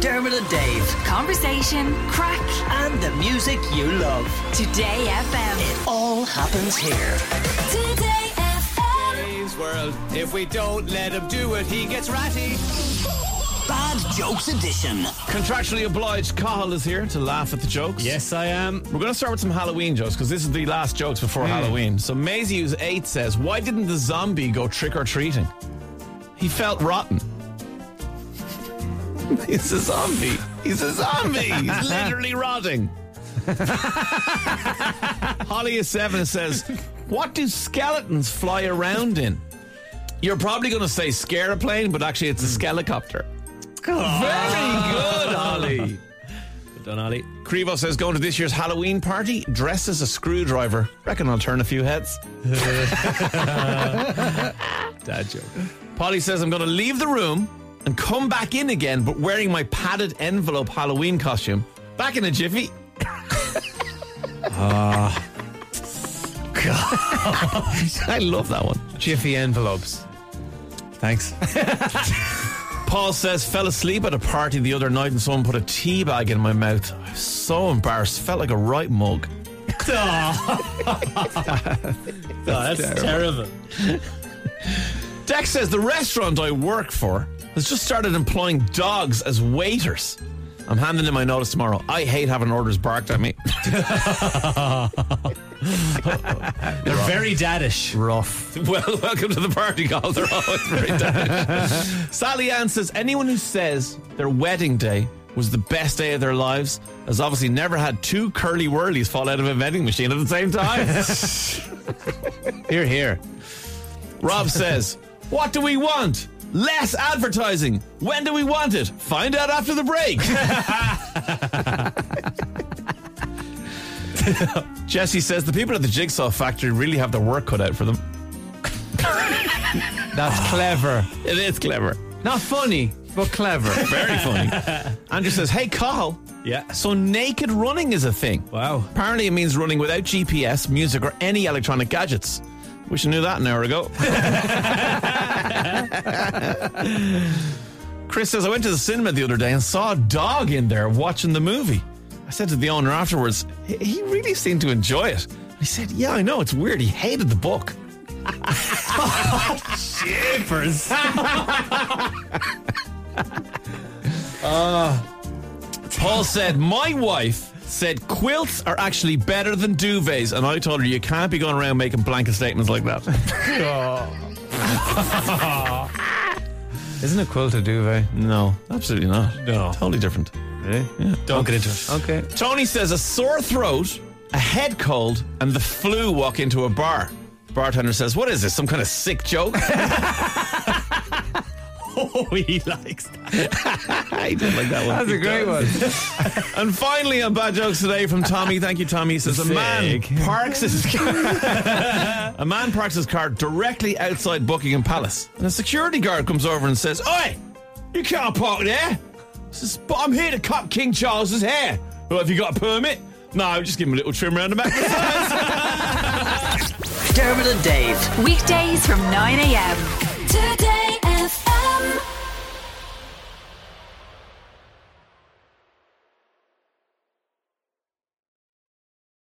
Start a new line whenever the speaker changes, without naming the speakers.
Dermot and Dave,
Conversation, crack,
and the music you love.
Today FM.
All happens here.
Today FM.
Dave's world. If we don't let him do it, he gets ratty.
Bad Jokes Edition.
Contractually obliged, Cahill is here to laugh at the jokes.
Yes, I am.
We're going to start with some Halloween jokes because this is the last jokes before Halloween. So Maisie, who's eight, says, Why didn't the zombie go trick or treating? He felt rotten. He's a zombie. He's a zombie. He's literally rotting. Holly is seven and says, What do skeletons fly around in? You're probably going to say scare plane, but actually it's a skelicopter. Hmm. Ah. Very good, Holly.
Well done, Ollie.
Crevo says going to this year's Halloween party, dress as a screwdriver. Reckon I'll turn a few heads.
Dad joke.
Polly says I'm going to leave the room and come back in again, but wearing my padded envelope Halloween costume. Back in a jiffy. Ah. God. I love that one.
Jiffy envelopes. Thanks.
Paul says, fell asleep at a party the other night and someone put a tea bag in my mouth. I was so embarrassed. Felt like a right mug.
Oh, that's terrible.
Dex says the restaurant I work for has just started employing dogs as waiters. I'm handing in my notice tomorrow. I hate having orders barked at me.
They're very daddish. Rough.
well, welcome to the party, Carl. They're always very Danish. Sally Ann says anyone who says their wedding day was the best day of their lives has obviously never had two curly whirlies fall out of a vending machine at the same time.
Here, here.
Rob says, What do we want? Less advertising. When do we want it? Find out after the break. Jesse says the people at the jigsaw factory really have their work cut out for them.
That's clever.
Ah. It is clever.
Not funny, but clever.
Very funny. Andrew says, Hey, Carl.
Yeah.
So naked running is a thing.
Wow.
Apparently, it means running without GPS, music, or any electronic gadgets. Wish I knew that an hour ago. Chris says, I went to the cinema the other day and saw a dog in there watching the movie. I said to the owner afterwards, "He- he really seemed to enjoy it. He said, Yeah, I know, it's weird. He hated the book.
Shippers.
Paul said, My wife said quilts are actually better than duvets. And I told her, You can't be going around making blanket statements like that.
Isn't it cool to do, duvet?
No, absolutely not.
No.
Totally different.
Really? Yeah. Don't get into it. Okay.
Tony says a sore throat, a head cold, and the flu walk into a bar. Bartender says, What is this? Some kind of sick joke?
Oh, he likes that.
I didn't like that one.
That's a great one.
And finally, on bad jokes today from Tommy. Thank you, Tommy. He says a man
Sick.
parks his car. a man parks his car directly outside Buckingham Palace, and a security guard comes over and says, "Oi, you can't park there." He says, "But I'm here to cut King Charles's hair." Well, have you got a permit? No, just give him a little trim around the back.
Dermot and Dave.
Weekdays from 9 a.m. Today